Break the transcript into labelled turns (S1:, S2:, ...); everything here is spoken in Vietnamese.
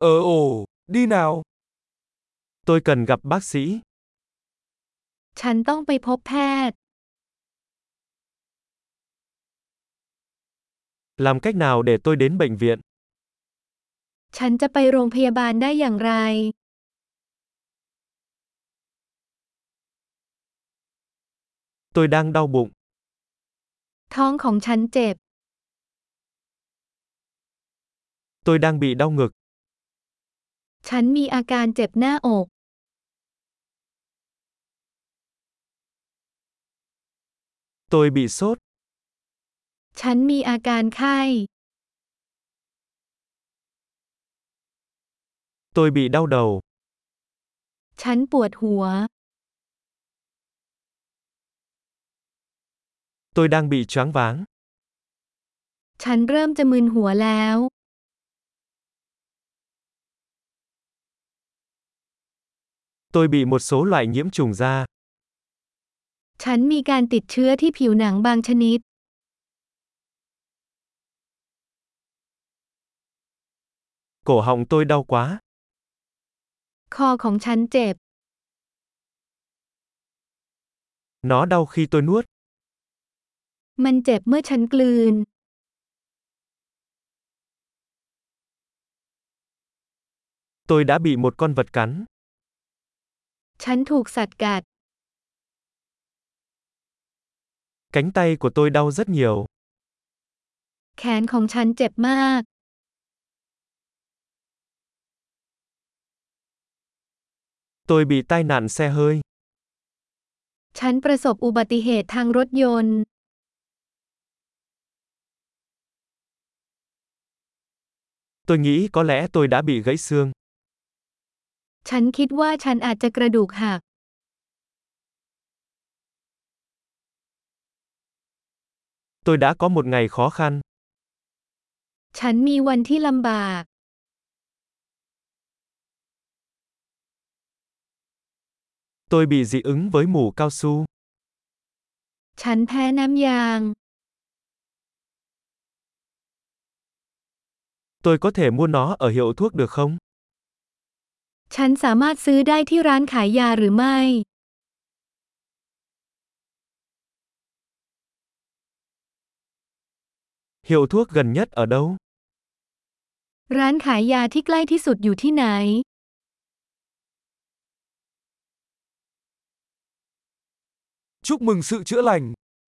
S1: Ờ ồ, đi nào.
S2: Tôi cần gặp bác sĩ.
S3: ฉันต้องไปพบแพทย์
S2: Làm cách nào để tôi đến bệnh viện?
S3: ฉันจะไปโรงพยาบาลได้อย่างไร
S2: Tôi đang đau bụng.
S3: ท้องของฉันเจ็บ
S2: Tôi đang bị đau ngực.
S3: ฉันมีอาการเจ็บหน้าอก
S2: Tôi bị sốt.
S3: ฉันมีอาการไข้
S2: Tôi bị đau đầu.
S3: ฉันปวดหัว
S2: Tôi đang bị choáng váng.
S3: ฉันเริ่มจะมึนหัวแล้ว
S2: Tôi bị một số loại nhiễm trùng da.
S3: ฉันมีการติดเชื้อที่ผิวหนังบางชนิด
S2: Cổ họng tôi đau quá.
S3: คอของฉันเจ็บ
S2: Nó đau khi tôi nuốt.
S3: มันเจ็บเมื่อฉันกลืน
S2: Tôi đã bị một con vật cắn.
S3: ฉันถูกสัตว์กัด
S2: Cánh tay của tôi đau rất nhiều.
S3: แขนของฉันเจ็บมาก
S2: Tôi bị tai nạn xe hơi.
S3: ฉันประสบอุบัติเหตุทางรถยนต์
S2: Tôi nghĩ có lẽ tôi đã bị gãy xương.
S3: ฉันคิดว่าฉันอาจจะกระดูกหัก
S2: Tôi đã có một ngày khó khăn.
S3: ฉันมีวันที่ลำบาก
S2: Tôi bị dị ứng với mủ cao su.
S3: ฉันแพ้น้ำยาง
S2: Tôi có thể mua nó ở hiệu thuốc được không?
S3: ฉันสามารถซื้อได้ที่ร้านขายยาหรือไม่
S2: Hiệu thuốc gần nhất ở đâu?
S3: ร้านขายยาที่ใกล้ที่สุดอยู่ที่ไหน
S1: Chúc mừng sự chữa lành.